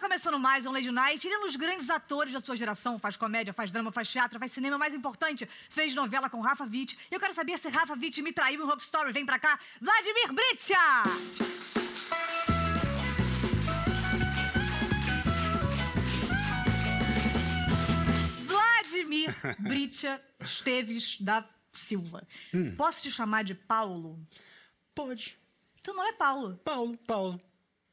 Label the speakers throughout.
Speaker 1: começando mais um Lady Night. Ele é um dos grandes atores da sua geração. Faz comédia, faz drama, faz teatro, faz cinema. Mais importante, fez novela com Rafa Witt. E eu quero saber se Rafa Witt me traiu em Rock Story. Vem pra cá, Vladimir Britcha! Vladimir Britcha Esteves da Silva. Posso te chamar de Paulo?
Speaker 2: Pode.
Speaker 1: Teu nome é Paulo.
Speaker 2: Paulo, Paulo,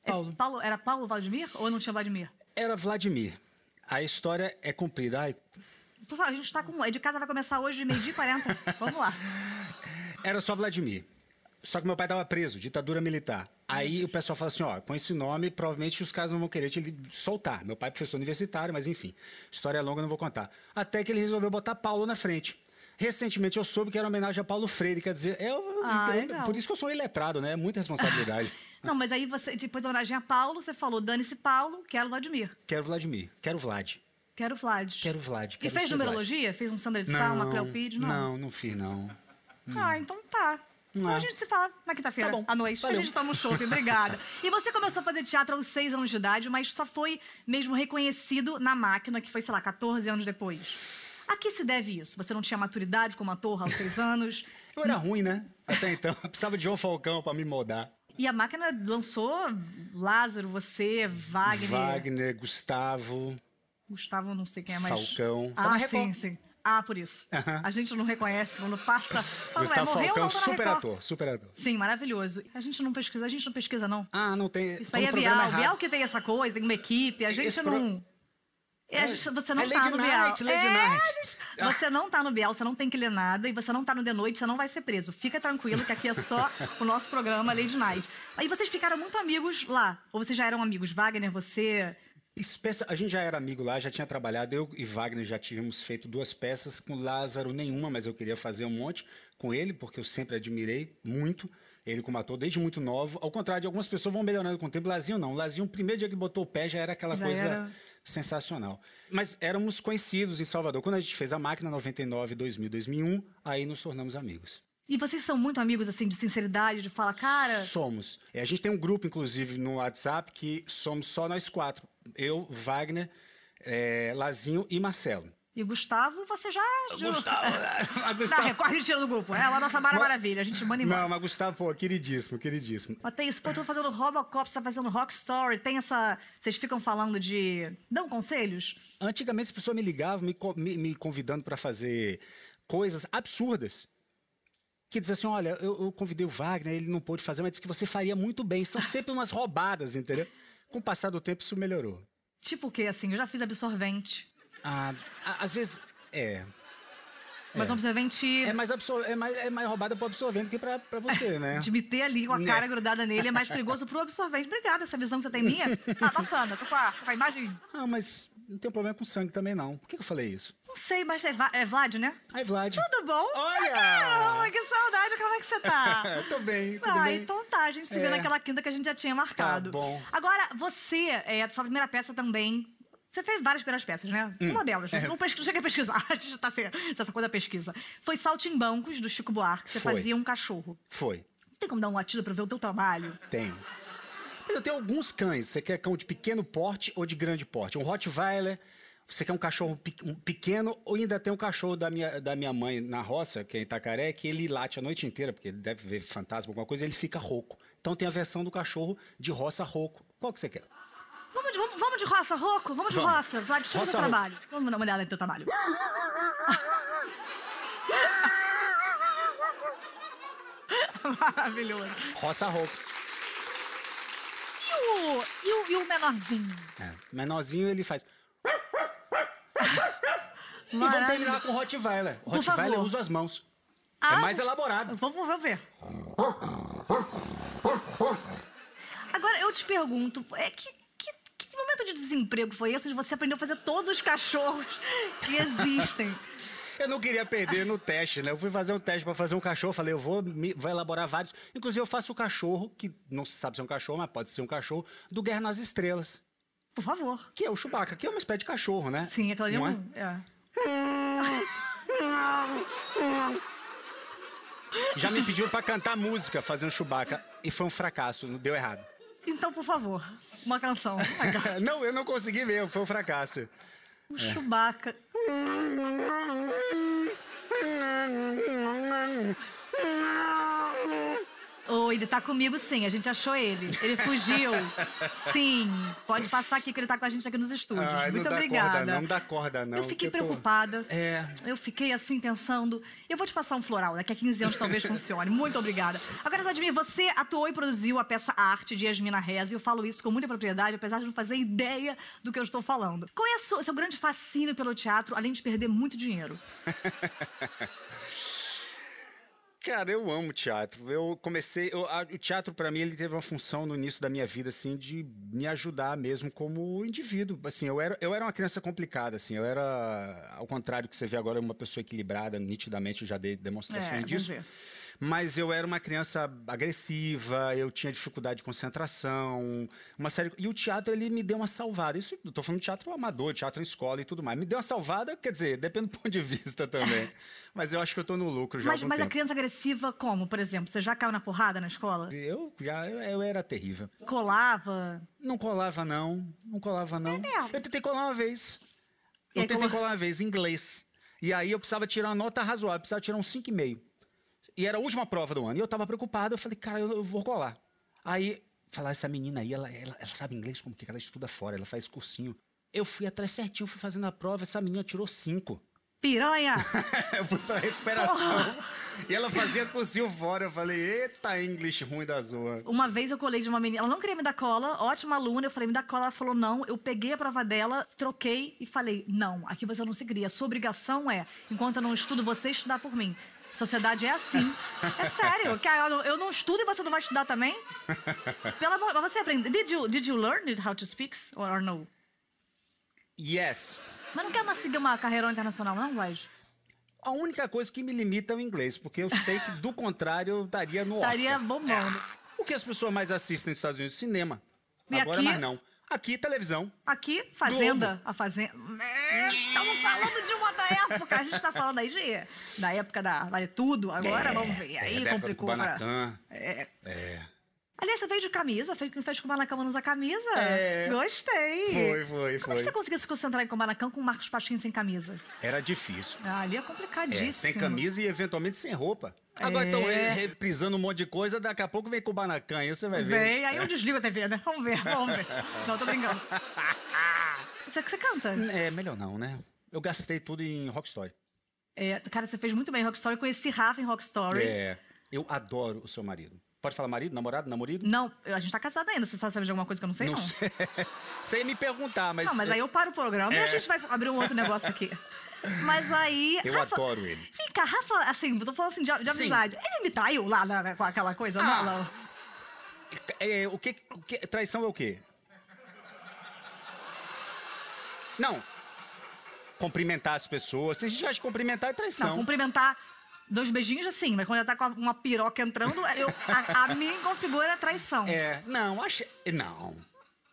Speaker 1: É
Speaker 2: Paulo.
Speaker 1: Paulo. Era Paulo Vladimir ou não tinha Vladimir?
Speaker 2: É, Era Vladimir. A história é cumprida. Ai,
Speaker 1: Por favor, a gente tá com. É de casa vai começar hoje, meio-dia e 40. Vamos lá.
Speaker 2: era só Vladimir. Só que meu pai estava preso, ditadura militar. Aí o pessoal fala assim, ó, com esse nome, provavelmente os caras não vão querer te li- soltar. Meu pai é professor universitário, mas enfim. História longa, não vou contar. Até que ele resolveu botar Paulo na frente. Recentemente eu soube que era homenagem a Paulo Freire, quer dizer, eu,
Speaker 1: Ah,
Speaker 2: eu-
Speaker 1: legal.
Speaker 2: por isso que eu sou iletrado, né? É muita responsabilidade.
Speaker 1: Não, mas aí você, depois da homenagem a Paulo, você falou: dane-se Paulo, quero Vladimir.
Speaker 2: quero Vladimir, quero Vlad.
Speaker 1: Quero Vlad.
Speaker 2: Quero Vlad,
Speaker 1: E
Speaker 2: quero
Speaker 1: fez
Speaker 2: ser
Speaker 1: numerologia? Fez um Sandra de Sá, uma Cleopide? Não.
Speaker 2: não, não fiz, não.
Speaker 1: Ah, então tá. Então a
Speaker 2: Não. é.
Speaker 1: gente se fala na quinta-feira,
Speaker 2: Hum. Tá bom.
Speaker 1: à noite. A
Speaker 2: Valeu.
Speaker 1: gente toma um show, obrigada. E você começou a fazer teatro aos seis anos de idade, mas só foi mesmo reconhecido na máquina, que foi, sei lá, 14 anos depois. A que se deve isso? Você não tinha maturidade como ator aos seis anos?
Speaker 2: Eu era ruim, né? Até então. Eu precisava de João Falcão pra me moldar.
Speaker 1: E a máquina lançou Lázaro, você, Wagner,
Speaker 2: Wagner, Gustavo.
Speaker 1: Gustavo, não sei quem é mais.
Speaker 2: Falcão. Tá
Speaker 1: Ah,
Speaker 2: na
Speaker 1: sim,
Speaker 2: Record.
Speaker 1: sim. Ah, por isso.
Speaker 2: Aham.
Speaker 1: A gente não reconhece quando passa. Fala, ué,
Speaker 2: Gustavo
Speaker 1: morreu ou não
Speaker 2: Falcão,
Speaker 1: tá na
Speaker 2: super
Speaker 1: Record?
Speaker 2: ator, super ator.
Speaker 1: Sim, maravilhoso. A gente não pesquisa, a gente não pesquisa, não.
Speaker 2: Ah, não tem.
Speaker 1: Isso
Speaker 2: tá
Speaker 1: aí
Speaker 2: no
Speaker 1: é
Speaker 2: programa
Speaker 1: Bial.
Speaker 2: errado.
Speaker 1: Bial que tem essa coisa, tem uma equipe. A gente
Speaker 2: Esse pro-
Speaker 1: não. É, a gente- você não
Speaker 2: É
Speaker 1: tá
Speaker 2: Lady
Speaker 1: no
Speaker 2: Night,
Speaker 1: Bial.
Speaker 2: Lady
Speaker 1: é,
Speaker 2: Night. Ah.
Speaker 1: a gente- Você não tá no Bial, você não tem que ler nada e você não tá no The Noite, você não vai ser preso. Fica tranquilo que aqui é só o nosso programa Lady Night. Aí vocês ficaram muito amigos lá. Ou vocês já eram amigos? Wagner, você.
Speaker 2: Esse peça- A gente já era amigo lá, já tinha trabalhado. Eu e Wagner já tínhamos feito duas peças, com Lázaro nenhuma, mas eu queria fazer um monte com ele, porque eu sempre admirei muito ele como ator, desde muito novo. Ao contrário de algumas pessoas vão melhorando com o tempo. Lazinho não. Lazinho, o primeiro dia que botou o pé, já era aquela
Speaker 1: Já
Speaker 2: coisa
Speaker 1: era.
Speaker 2: sensacional. Mas éramos conhecidos em Salvador. Quando a gente fez a máquina 99, 2000, 2001, aí nos tornamos amigos.
Speaker 1: E vocês são muito amigos, assim, de sinceridade, de falar, cara.
Speaker 2: Somos. É, A gente tem um grupo, inclusive, no WhatsApp, que somos só nós quatro. Eu, Wagner, eh, Lazinho e Marcelo.
Speaker 1: E Gustavo, você já. né?
Speaker 2: A
Speaker 1: Na
Speaker 2: Gustavo.
Speaker 1: Record a gente tira do grupo. Ela é a nossa Mara Maravilha, a gente manda embora.
Speaker 2: Não, mas Gustavo, pô, queridíssimo, queridíssimo.
Speaker 1: Mas tem isso, pô, eu tô fazendo Robocop, você tá fazendo Rock Story, tem essa. Vocês ficam falando de. Dão conselhos?
Speaker 2: Antigamente as pessoas me ligavam, me, co- me- me convidando para fazer coisas absurdas. Que dizia assim: olha, eu, eu convidei o Wagner, ele não pôde fazer, mas disse que você faria muito bem. São sempre umas roubadas, entendeu? Com o passar do tempo, isso melhorou.
Speaker 1: Tipo o quê, assim? Eu já fiz absorvente.
Speaker 2: Ah, a- às vezes, é.
Speaker 1: Mas um absorvente.
Speaker 2: É mais, absor- é mais, é mais roubada pro absorvente que pra, pra você, né?
Speaker 1: De me ter ali com a
Speaker 2: Né?
Speaker 1: cara grudada nele é mais perigoso pro absorvente. Obrigada, essa visão que você tem minha. Ah, bacana, tô com a, com a imagem.
Speaker 2: Ah, mas não tem problema com sangue também, não. Por que que eu falei isso?
Speaker 1: Não sei, mas é, Va- é Vlad, né?
Speaker 2: Ai, Vlad.
Speaker 1: Tudo bom?
Speaker 2: Olha!
Speaker 1: Caramba, que saudade, como é que você tá?
Speaker 2: Tô bem, tudo
Speaker 1: ah,
Speaker 2: bem.
Speaker 1: então tá, a gente se vê
Speaker 2: É.
Speaker 1: naquela quinta que a gente já tinha marcado.
Speaker 2: Tá bom.
Speaker 1: Agora, você, é, a sua primeira peça também. Você fez várias primeiras peças, né?
Speaker 2: Hum.
Speaker 1: Uma delas.
Speaker 2: É.
Speaker 1: Não pesqui- chega a pesquisar, a gente tá sem, sem essa coisa da pesquisa. Foi Saltimbancos, do Chico Buarque. Você
Speaker 2: Foi.
Speaker 1: fazia um cachorro.
Speaker 2: Foi.
Speaker 1: Não tem como dar um latido pra eu ver o teu trabalho?
Speaker 2: Tenho. Mas eu tenho alguns cães. Você quer cão de pequeno porte ou de grande porte? Um Rottweiler. Você quer um cachorro pe- um pequeno ou ainda tem um cachorro da minha, da minha mãe na roça, que é em Itacaré, que ele late a noite inteira, porque ele deve ver fantasma, alguma coisa, ele fica rouco. Então tem a versão do cachorro de roça rouco. Qual que você quer?
Speaker 1: Vamos de, vamos, vamos de roça, Roco? Vamos de
Speaker 2: Vamos.
Speaker 1: roça. Vlad, deixa eu ver o
Speaker 2: Roça, Rocco.
Speaker 1: trabalho. Vamos dar uma olhada no teu trabalho. Maravilhoso.
Speaker 2: Roça rouco.
Speaker 1: E o, e o, e o menorzinho?
Speaker 2: É. Menorzinho ele faz. E vamos terminar com o Rottweiler. O
Speaker 1: Por
Speaker 2: Rottweiler
Speaker 1: favor.
Speaker 2: usa as mãos.
Speaker 1: Ah,
Speaker 2: é mais elaborado.
Speaker 1: Vamos, vamos ver. Agora, eu te pergunto, é que, que, que momento de desemprego foi esse de você aprender a fazer todos os cachorros que existem?
Speaker 2: Eu não queria perder no teste, né? Eu fui fazer um teste pra fazer um cachorro, falei, eu vou, me- vou elaborar vários. Inclusive, eu faço o cachorro, que não se sabe se é um cachorro, mas pode ser um cachorro, do Guerra nas Estrelas,
Speaker 1: Por favor.
Speaker 2: que é o Chewbacca, que é uma espécie de cachorro, né?
Speaker 1: Sim, aquela ali é
Speaker 2: Não
Speaker 1: um... É.
Speaker 2: Já me pediram pra cantar música fazendo Chewbacca, e foi um fracasso, não deu errado.
Speaker 1: Então, por favor, uma canção.
Speaker 2: não, eu não consegui mesmo, foi um fracasso.
Speaker 1: O Chewbacca. Oi, ele tá comigo sim, a gente achou ele. Ele fugiu. Sim, pode passar aqui que ele tá com a gente aqui nos estúdios.
Speaker 2: Ai,
Speaker 1: Muito
Speaker 2: não dá
Speaker 1: obrigada.
Speaker 2: corda não, não dá corda não.
Speaker 1: Eu fiquei
Speaker 2: que tô-
Speaker 1: preocupada.
Speaker 2: É.
Speaker 1: Eu fiquei assim pensando. Eu vou te passar um floral, daqui a 15 anos talvez funcione. Muito obrigada. Agora, Vladimir, você atuou e produziu a peça Arte de Yasmina Reza, e eu falo isso com muita propriedade, apesar de não fazer ideia do que eu estou falando. Qual é a sua- seu grande fascínio pelo teatro, além de perder muito dinheiro?
Speaker 2: Cara, eu amo teatro. Eu comecei. eu- a- o teatro, pra mim, ele teve uma função no início da minha vida, assim, de me ajudar mesmo como indivíduo. Assim, eu era, eu era uma criança complicada, assim. Eu era, ao contrário do que você vê agora, uma pessoa equilibrada, nitidamente, eu já dei
Speaker 1: É,
Speaker 2: demonstrações
Speaker 1: vamos
Speaker 2: disso.
Speaker 1: ver.
Speaker 2: Mas eu era uma criança agressiva, eu tinha dificuldade de concentração, uma série. E o teatro, ele me deu uma salvada. Isso, eu tô falando de teatro amador, teatro em escola e tudo mais. Me deu uma salvada, quer dizer, depende do ponto de vista também. Mas eu acho que eu tô no lucro já há
Speaker 1: Mas,
Speaker 2: algum
Speaker 1: mas a
Speaker 2: tempo.
Speaker 1: criança agressiva, como, por exemplo? Você já caiu na porrada na escola?
Speaker 2: Eu já eu, eu era terrível.
Speaker 1: Colava?
Speaker 2: Não colava, não. Não colava, não.
Speaker 1: É mesmo?
Speaker 2: eu tentei colar uma vez.
Speaker 1: E
Speaker 2: Eu
Speaker 1: aí é?
Speaker 2: tentei
Speaker 1: colou-
Speaker 2: colar uma vez, em inglês. E aí eu precisava tirar uma nota razoável, precisava tirar um 5,5. E era a última prova do ano. E eu tava preocupado, eu falei, cara, eu, eu vou colar. Aí, falar, essa menina aí, ela, ela, ela sabe inglês como que é, ela estuda fora, ela faz cursinho. Eu fui atrás certinho, fui fazendo a prova, essa menina tirou 5.
Speaker 1: Piranha?
Speaker 2: eu fui pra recuperação. E ela fazia cursinho fora. Eu falei, eita, English ruim da zoa.
Speaker 1: Uma vez eu colei de uma menina, ela não queria me dar cola, ótima aluna, eu falei, me dá cola, ela falou não, eu peguei a prova dela, troquei e falei, não, aqui você não se cria, sua obrigação é, enquanto eu não estudo, você estudar por mim. Sociedade é assim. É sério, cara, eu não- eu não estudo e você não vai estudar também? Pelo amor, mas você aprende. Did you, did you learn how to speak or, or no?
Speaker 2: Yes.
Speaker 1: Mas não quer uma, seguir uma carreira internacional, não, Guaj?
Speaker 2: A única coisa que me limita é o inglês, porque eu sei que do contrário eu estaria no Oscar.
Speaker 1: Estaria bombando.
Speaker 2: O que as pessoas mais assistem nos Estados Unidos? Cinema.
Speaker 1: E
Speaker 2: Agora
Speaker 1: aqui?
Speaker 2: mais não. Aqui, televisão.
Speaker 1: Aqui, Fazenda. A Fazenda. Estamos falando de uma da época. A gente tá falando aí de, da época da Vale Tudo. Agora vamos ver. Aí
Speaker 2: É, da época do
Speaker 1: complicou. pra-
Speaker 2: Kubanacan.
Speaker 1: É.
Speaker 2: É.
Speaker 1: Aliás, você veio de camisa. Fez quem fez Kubanacan usa camisa.
Speaker 2: É.
Speaker 1: Gostei.
Speaker 2: Foi, foi,
Speaker 1: Como é que
Speaker 2: foi.
Speaker 1: você conseguiu se concentrar em Kubanacan com o Marcos Pasquim sem camisa?
Speaker 2: Era difícil.
Speaker 1: Ah, ali é
Speaker 2: É,
Speaker 1: complicadíssimo.
Speaker 2: sem camisa e eventualmente sem roupa. Agora estão
Speaker 1: É.
Speaker 2: reprisando um monte de coisa, daqui a pouco vem com o Banacan, aí você vai ver.
Speaker 1: Vem, aí eu desligo a TV, né? Vamos ver, vamos ver. Não, tô brincando. Isso é que você canta?
Speaker 2: É, melhor não, né? Eu gastei tudo em Rock Story.
Speaker 1: É, cara, você fez muito bem Rock Story. Eu conheci Rafa em Rock Story.
Speaker 2: É. Eu adoro o seu marido. Pode falar marido, namorado, namorido?
Speaker 1: Não, a gente tá casada ainda. Você sabe sabe de alguma coisa que eu não sei, não? Não,
Speaker 2: sei. Sem me perguntar, mas.
Speaker 1: mas aí eu paro o programa e a
Speaker 2: É.
Speaker 1: gente vai abrir um outro negócio aqui. Mas aí.
Speaker 2: Eu adoro ele.
Speaker 1: Vem cá, Rafa, assim, tô falando assim de, de
Speaker 2: Sim.
Speaker 1: amizade. Ele me traiu lá na- com aquela coisa,
Speaker 2: Ah.
Speaker 1: não, não.
Speaker 2: É, o que, o que- Traição é o quê? Não. Cumprimentar as pessoas. Tem gente que acha que cumprimentar é
Speaker 1: Não,
Speaker 2: traição.
Speaker 1: cumprimentar dois beijinhos assim, mas quando ela tá com a- uma piroca entrando, eu, a, a mim configura a traição.
Speaker 2: É, não, acha. Não.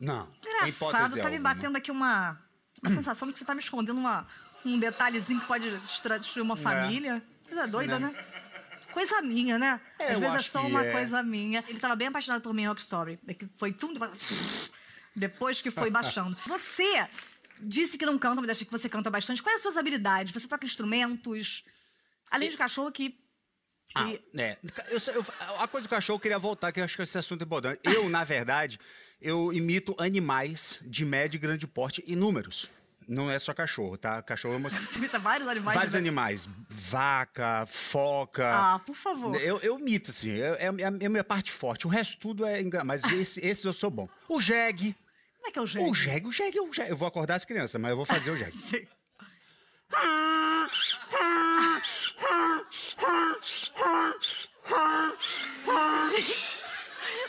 Speaker 2: Não. Em
Speaker 1: Engraçado,
Speaker 2: hipótese né?
Speaker 1: tá me
Speaker 2: alguma.
Speaker 1: batendo aqui uma, uma sensação de que você tá me escondendo uma, um detalhezinho que pode estra- destruir
Speaker 2: É.
Speaker 1: uma família. Coisa doida,
Speaker 2: Não.
Speaker 1: né? Coisa minha, né?
Speaker 2: É,
Speaker 1: Às
Speaker 2: eu
Speaker 1: vezes é
Speaker 2: acho
Speaker 1: só
Speaker 2: que
Speaker 1: uma
Speaker 2: é.
Speaker 1: coisa minha. Ele tava bem apaixonado por mim em Rock Story. É que Foi tudo. Depois que foi baixando. Você disse que não canta, mas acha que você canta bastante. Quais as suas habilidades? Você toca instrumentos? Além de cachorro, que. que-
Speaker 2: Ah, é. Eu só- eu- a coisa do cachorro eu queria voltar, que eu acho que esse assunto é importante. Eu, na verdade, eu imito animais de médio e grande porte e números. Não é só cachorro, tá? Cachorro é uma...
Speaker 1: Você imita vários animais.
Speaker 2: Vários
Speaker 1: né?
Speaker 2: animais. Vaca, foca.
Speaker 1: Ah, por favor.
Speaker 2: Eu, eu mito, assim. É, é a minha- é a minha parte forte. O resto tudo é engano. Mas esse- esses eu sou bom. O jegue.
Speaker 1: Como é que é o jeito?
Speaker 2: O jegue, o jegue, o jegue. Eu vou acordar as crianças, mas eu vou fazer o jegue.
Speaker 1: Sim. Ah, ah,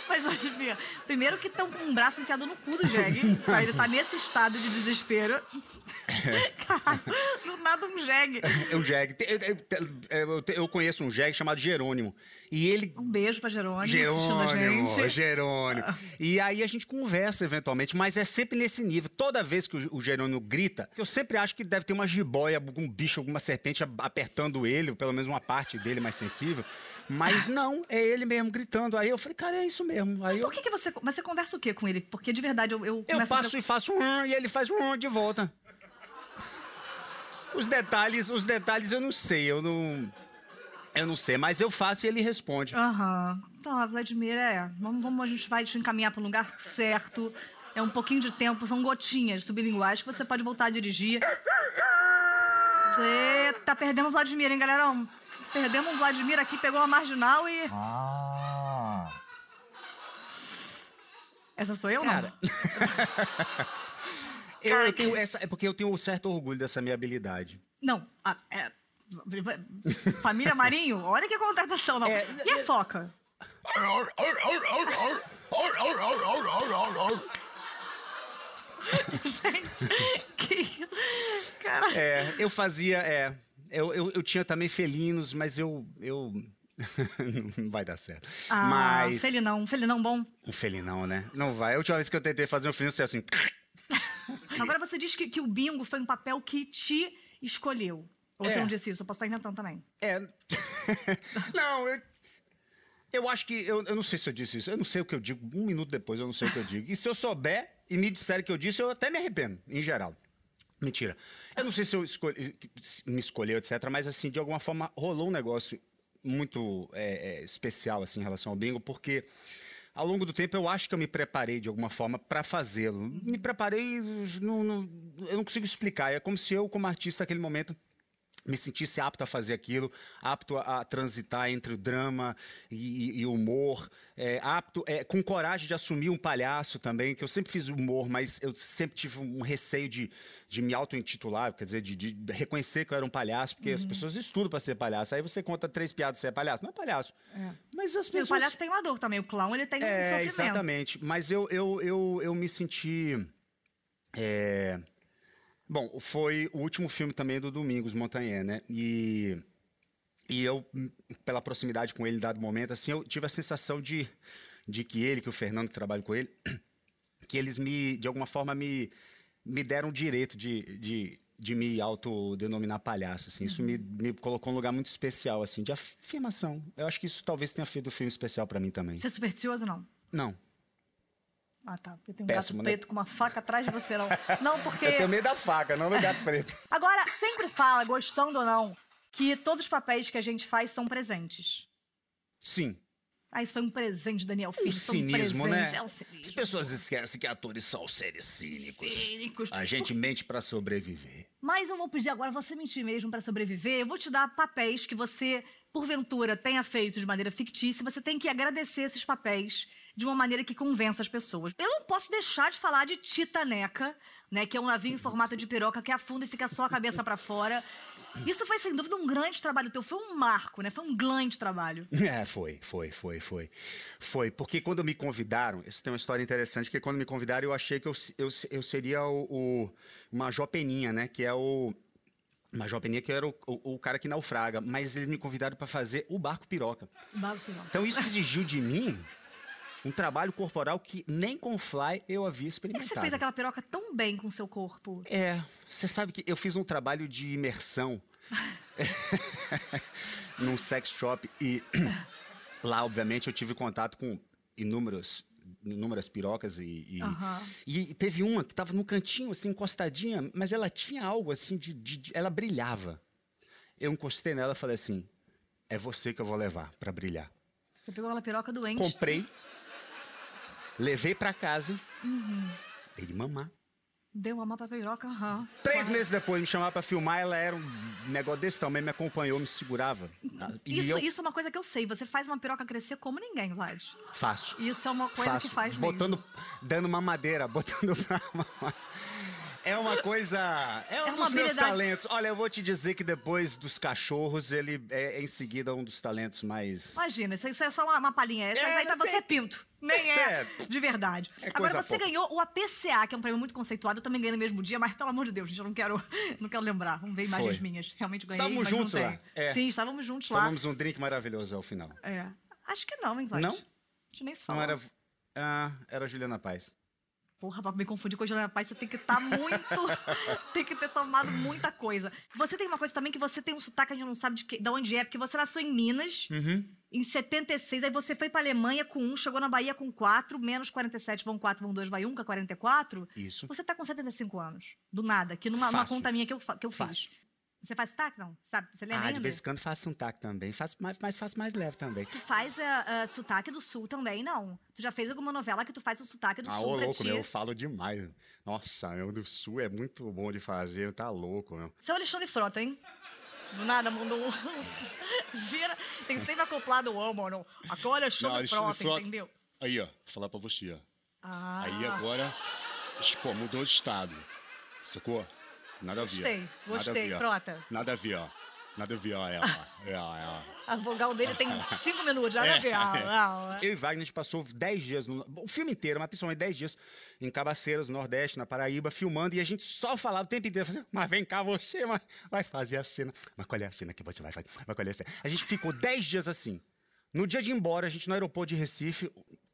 Speaker 1: Mas, Vladimir, primeiro que estão com um braço enfiado no cu do jegue. pra ele tá nesse estado de desespero. Caralho, do nada um jegue.
Speaker 2: É o jegue. Tem- Eu, eu- eu- eu conheço um jegue chamado Jerônimo. E ele
Speaker 1: Um beijo pra Jerônimo, assistindo a
Speaker 2: Jerônimo, é
Speaker 1: gente.
Speaker 2: Jerônimo. E aí a gente conversa eventualmente, mas é sempre nesse nível. Toda vez que o o Jerônimo grita, eu sempre acho que deve ter uma jiboia, algum bicho, alguma serpente a- apertando ele, ou pelo menos uma parte dele mais sensível. Mas não, é ele mesmo gritando. Aí eu falei, cara, é isso mesmo. Aí eu,
Speaker 1: Por que, que você. Mas você conversa o quê com ele? Porque de verdade eu. Eu,
Speaker 2: eu
Speaker 1: começo a-
Speaker 2: passo e faço um, e ele faz um de volta. Os detalhes, os detalhes eu não sei, eu não. Eu não sei, mas eu faço e ele responde.
Speaker 1: Aham. Tá, Vladimir, é. Vamos, vamos, a gente vai te encaminhar para o lugar certo. É um pouquinho de tempo, são gotinhas sublinguais que você pode voltar a dirigir. Eita, perdemos o Vladimir, hein, galerão? Perdemos o Vladimir aqui, pegou a marginal e.
Speaker 3: Ah.
Speaker 1: Essa sou eu,
Speaker 2: Cara.
Speaker 1: não?
Speaker 2: Eu, eu tenho essa, é porque eu tenho um certo orgulho dessa minha habilidade.
Speaker 1: Não. ah, é. Família Marinho, olha que contratação, não.
Speaker 2: É,
Speaker 1: e a foca? que isso? Cara,
Speaker 2: É, eu fazia, é. Eu, eu, eu tinha também felinos, mas eu. eu não vai dar certo.
Speaker 1: Ah,
Speaker 2: mas.
Speaker 1: felinão, felinão bom.
Speaker 2: Um felinão, né? Não vai. A última vez que eu tentei fazer um felino, saiu assim.
Speaker 1: Agora você diz que, que o bingo foi um papel que te escolheu. Ou você
Speaker 2: É.
Speaker 1: não disse isso, eu posso estar inventando também.
Speaker 2: É. não, eu. Eu acho que. Eu, eu não sei se eu disse isso. Eu não sei o que eu digo. Um minuto depois eu não sei o que eu digo. E se eu souber e me disserem que eu disse, eu até me arrependo, em geral. Mentira. Eu não sei se eu escolhi, me escolheu, etc. Mas, assim, de alguma forma rolou um negócio muito é, é, especial, assim, em relação ao bingo, porque. Ao longo do tempo, eu acho que eu me preparei de alguma forma para fazê-lo. Me preparei, não- não- eu não consigo explicar. É como se eu, como artista, naquele momento, me sentisse apto a fazer aquilo, apto a, a transitar entre o drama e, e- e o humor, é, apto, é, com coragem de assumir um palhaço também, que eu sempre fiz humor, mas eu sempre tive um receio de, de me auto-intitular, quer dizer, de, de reconhecer que eu era um palhaço, porque as pessoas estudam para ser palhaço. Aí você conta três piadas, você é palhaço. Não é palhaço. Mas as
Speaker 1: E o
Speaker 2: pessoas.
Speaker 1: palhaço tem uma dor também, o clown ele tem um
Speaker 2: É,
Speaker 1: sofrimento.
Speaker 2: exatamente. Mas eu, eu, eu, eu me senti. é, Bom, foi o último filme também do Domingos Montanhé, né? E. E eu, hum, pela proximidade com ele em dado momento, assim, eu tive a sensação de, de que ele, que o Fernando que trabalha com ele, que eles me, de alguma forma, me, me deram o direito de, de, de me autodenominar palhaço, assim. Isso me, me colocou num lugar muito especial, assim, de afirmação. Eu acho que isso talvez tenha feito o filme especial pra mim também.
Speaker 1: Você é supersticioso, não?
Speaker 2: Não.
Speaker 1: Ah, tá. Porque tem um
Speaker 2: Péssimo,
Speaker 1: gato
Speaker 2: né?
Speaker 1: preto com uma faca atrás de você, não. Não, porque.
Speaker 2: Eu tenho medo da faca, não do gato preto.
Speaker 1: Agora, sempre fala, gostando ou não, que todos os papéis que a gente faz são presentes.
Speaker 2: Sim.
Speaker 1: Ah, isso foi um presente, Daniel
Speaker 2: O
Speaker 1: Filho. foi um
Speaker 2: É cinismo,
Speaker 1: presente.
Speaker 2: né?
Speaker 1: É um
Speaker 2: As
Speaker 1: cinismo.
Speaker 2: pessoas esquecem que atores são seres cínicos.
Speaker 1: Cínicos.
Speaker 2: A gente mente pra sobreviver.
Speaker 1: Mas eu vou pedir agora você mentir mesmo pra sobreviver. Eu vou te dar papéis que você, porventura, tenha feito de maneira fictícia. Você tem que agradecer esses papéis de uma maneira que convença as pessoas. Eu não posso deixar de falar de Titaneca, né? Que é um navio em formato de piroca que afunda e fica só a cabeça pra fora. Isso foi, sem dúvida, um grande trabalho teu. Foi um marco, né? Foi um grande trabalho.
Speaker 2: É, foi, foi, foi, foi. Foi, porque quando me convidaram, isso tem uma história interessante, que quando me convidaram eu achei que eu, se- eu, se- eu seria o, o Major Peninha, né? Que é o... Major Peninha, que eu era o, o- o cara que naufraga. Mas eles me convidaram pra fazer o Barco Piroca.
Speaker 1: Barco piroca.
Speaker 2: Então isso exigiu de mim um trabalho corporal que nem com Fly eu havia
Speaker 1: Por É que
Speaker 2: experimentado.
Speaker 1: que você fez aquela piroca tão bem com seu corpo?
Speaker 2: É, você sabe que eu fiz um trabalho de imersão num sex shop e lá, obviamente, eu tive contato com inúmeros inúmeras pirocas e, e,
Speaker 1: Aham.
Speaker 2: e teve uma que tava num cantinho assim encostadinha, mas ela tinha algo assim de, de- de- ela brilhava. Eu encostei nela e falei assim: "É você que eu vou levar pra brilhar".
Speaker 1: Você pegou aquela piroca doente.
Speaker 2: Comprei, levei pra casa,
Speaker 1: Uhum.
Speaker 2: dei de mamar.
Speaker 1: Deu uma mapa piroca, aham.
Speaker 2: Três meses depois me chamava pra filmar, ela era um negócio desse tamanho, me acompanhou, me segurava. tá? E
Speaker 1: Isso,
Speaker 2: eu
Speaker 1: isso é uma coisa que eu sei. Você faz uma piroca crescer como ninguém, Vlad.
Speaker 2: faço.
Speaker 1: Isso é uma coisa
Speaker 2: faço,
Speaker 1: que faz
Speaker 2: Botando, dando mamadeira, botando pra mamar. É uma coisa. É um
Speaker 1: É
Speaker 2: dos
Speaker 1: uma
Speaker 2: meus
Speaker 1: habilidade.
Speaker 2: talentos. Olha, eu vou te dizer que depois dos cachorros, ele é, é em seguida um dos talentos mais.
Speaker 1: Imagina, isso, isso é só uma, uma palhinha. Essa
Speaker 2: É,
Speaker 1: aí tá
Speaker 2: não sei.
Speaker 1: você é pinto. Nem
Speaker 2: Isso
Speaker 1: é,
Speaker 2: é-
Speaker 1: de verdade.
Speaker 2: é
Speaker 1: Agora,
Speaker 2: coisa
Speaker 1: você
Speaker 2: pouca.
Speaker 1: ganhou o APCA, que é um prêmio muito conceituado. Eu também ganhei no mesmo dia, mas pelo amor de Deus, gente, eu não quero, não quero lembrar. Vamos ver imagens
Speaker 2: Foi.
Speaker 1: minhas. Realmente ganhei,
Speaker 2: Estávamos
Speaker 1: mas não
Speaker 2: juntos
Speaker 1: tem.
Speaker 2: lá, é.
Speaker 1: Sim, estávamos juntos lá.
Speaker 2: Tomamos um drink maravilhoso ao final.
Speaker 1: É. Acho que não, hein, Vlad?
Speaker 2: Não?
Speaker 1: A gente nem se fala.
Speaker 2: Não era. Ah, era Juliana Paz.
Speaker 1: Porra, pra me confundir com a Juliana Paz, você tem que estar muito. tem que ter tomado muita coisa. Você tem uma coisa também que você tem um sotaque, a gente não sabe de, que, de onde é, porque você nasceu em Minas,
Speaker 2: Uhum.
Speaker 1: em 76, aí você foi pra Alemanha com um, chegou na Bahia com quatro, menos 47, vão quatro, vão dois, vai um, que é 44.
Speaker 2: Isso.
Speaker 1: Você tá com 75 anos, do nada, que numa, numa
Speaker 2: Fácil.
Speaker 1: conta minha que eu, fa- que eu fiz.
Speaker 2: Fácil.
Speaker 1: Você faz sotaque, não? Sabe? Você lembra
Speaker 2: Ah, de
Speaker 1: ainda?
Speaker 2: vez em quando faço um tac também. Faço mais, mas faço mais leve também.
Speaker 1: Tu faz ah, ah, sotaque do sul também, não? Tu já fez alguma novela que tu faz o sotaque do
Speaker 3: Ah,
Speaker 1: sul
Speaker 3: ô
Speaker 1: pra
Speaker 3: louco,
Speaker 1: ti?
Speaker 3: meu, eu falo demais. Nossa, meu, do sul é muito bom de fazer, tá louco, meu.
Speaker 1: Seu Alexandre Frota, hein? Do nada, mandou um. Vira. Tem sempre acoplado o mano. Agora é
Speaker 3: Não,
Speaker 1: Alexandre
Speaker 3: isso
Speaker 1: Frota,
Speaker 3: foi-
Speaker 1: entendeu?
Speaker 3: Aí, ó, vou falar pra você, ó.
Speaker 1: Ah,
Speaker 3: Aí agora, pô, mudou de estado, sacou? Nada a ver.
Speaker 1: Gostei,
Speaker 3: Nada a
Speaker 1: gostei,
Speaker 3: ver.
Speaker 1: frota.
Speaker 3: Nada a ver, ó. Nada a ver, ó, é, ó, é, ó, é, ó.
Speaker 1: a vogal dele tem cinco minutos. Nada a ver. Ah, ah, ah.
Speaker 2: É. Eu e Wagner, a gente passou 10 dias, no, o filme inteiro, mas principalmente 10 dias, em Cabaceiras, no Nordeste, na Paraíba, filmando, e a gente só falava o tempo inteiro, fazia, mas vem cá você, mas vai fazer a cena. Mas qual é a cena que você vai fazer? Mas qual é a cena? A gente ficou 10 dias assim. No dia de ir embora, a gente no aeroporto de Recife,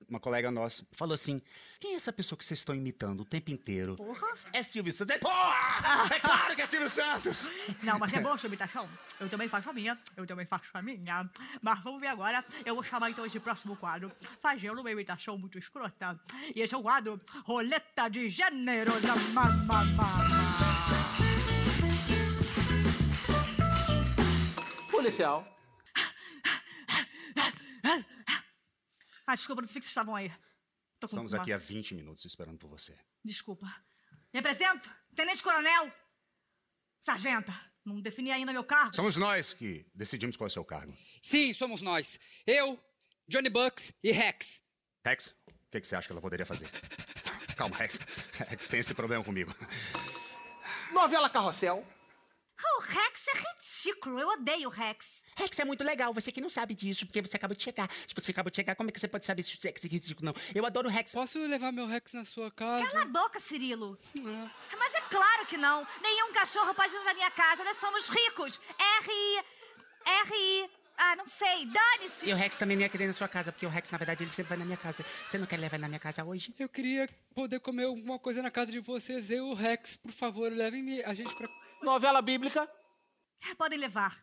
Speaker 2: uma colega nossa falou assim, quem é essa pessoa que vocês estão imitando o tempo inteiro?
Speaker 1: Porra.
Speaker 2: É Silvio Santos. É- Porra! É claro que é Silvio Santos!
Speaker 1: Não, mas é boa sua imitação. Eu também faço a minha. Eu também faço a minha. Mas vamos ver agora. Eu vou chamar então esse próximo quadro. Fazendo uma imitação muito escrota. E esse é o quadro Roleta de Gênero da Mamamama.
Speaker 4: Policial.
Speaker 1: Ah, desculpa, não sei o que vocês estavam aí. Tô com
Speaker 3: Estamos
Speaker 1: uma-
Speaker 3: aqui há 20 minutos esperando por você.
Speaker 1: Desculpa. Me apresento, Tenente Coronel. Sargenta, não defini ainda meu cargo.
Speaker 3: Somos nós que decidimos qual é o seu cargo.
Speaker 5: Sim, somos nós. Eu, Johnny Bucks e Rex.
Speaker 3: Rex, o que, que você acha que ela poderia fazer? Calma, Rex. Rex tem esse problema comigo.
Speaker 4: Novela Carrossel.
Speaker 1: Ah, O Rex é ridículo, eu odeio o Rex.
Speaker 2: Rex é muito legal, você que não sabe disso, porque você acabou de chegar. Se você acabou de chegar, como é que você pode saber se o Rex é ridículo? Não, eu adoro o Rex.
Speaker 5: Posso levar meu Rex na sua casa?
Speaker 1: Cala a boca, Cirilo. Mas é claro que não. Nenhum cachorro pode entrar na minha casa, nós somos ricos. R. R. Ah, não sei.
Speaker 2: E
Speaker 1: Dane-se.
Speaker 2: o Rex também não ia querer ir na sua casa, porque o Rex, na verdade, ele sempre vai na minha casa. Você não quer levar ele na minha casa hoje?
Speaker 5: Eu queria poder comer alguma coisa na casa de vocês. Eu, o Rex, por favor, levem-me a gente pra.
Speaker 4: Novela Bíblica.
Speaker 1: É, Podem levar.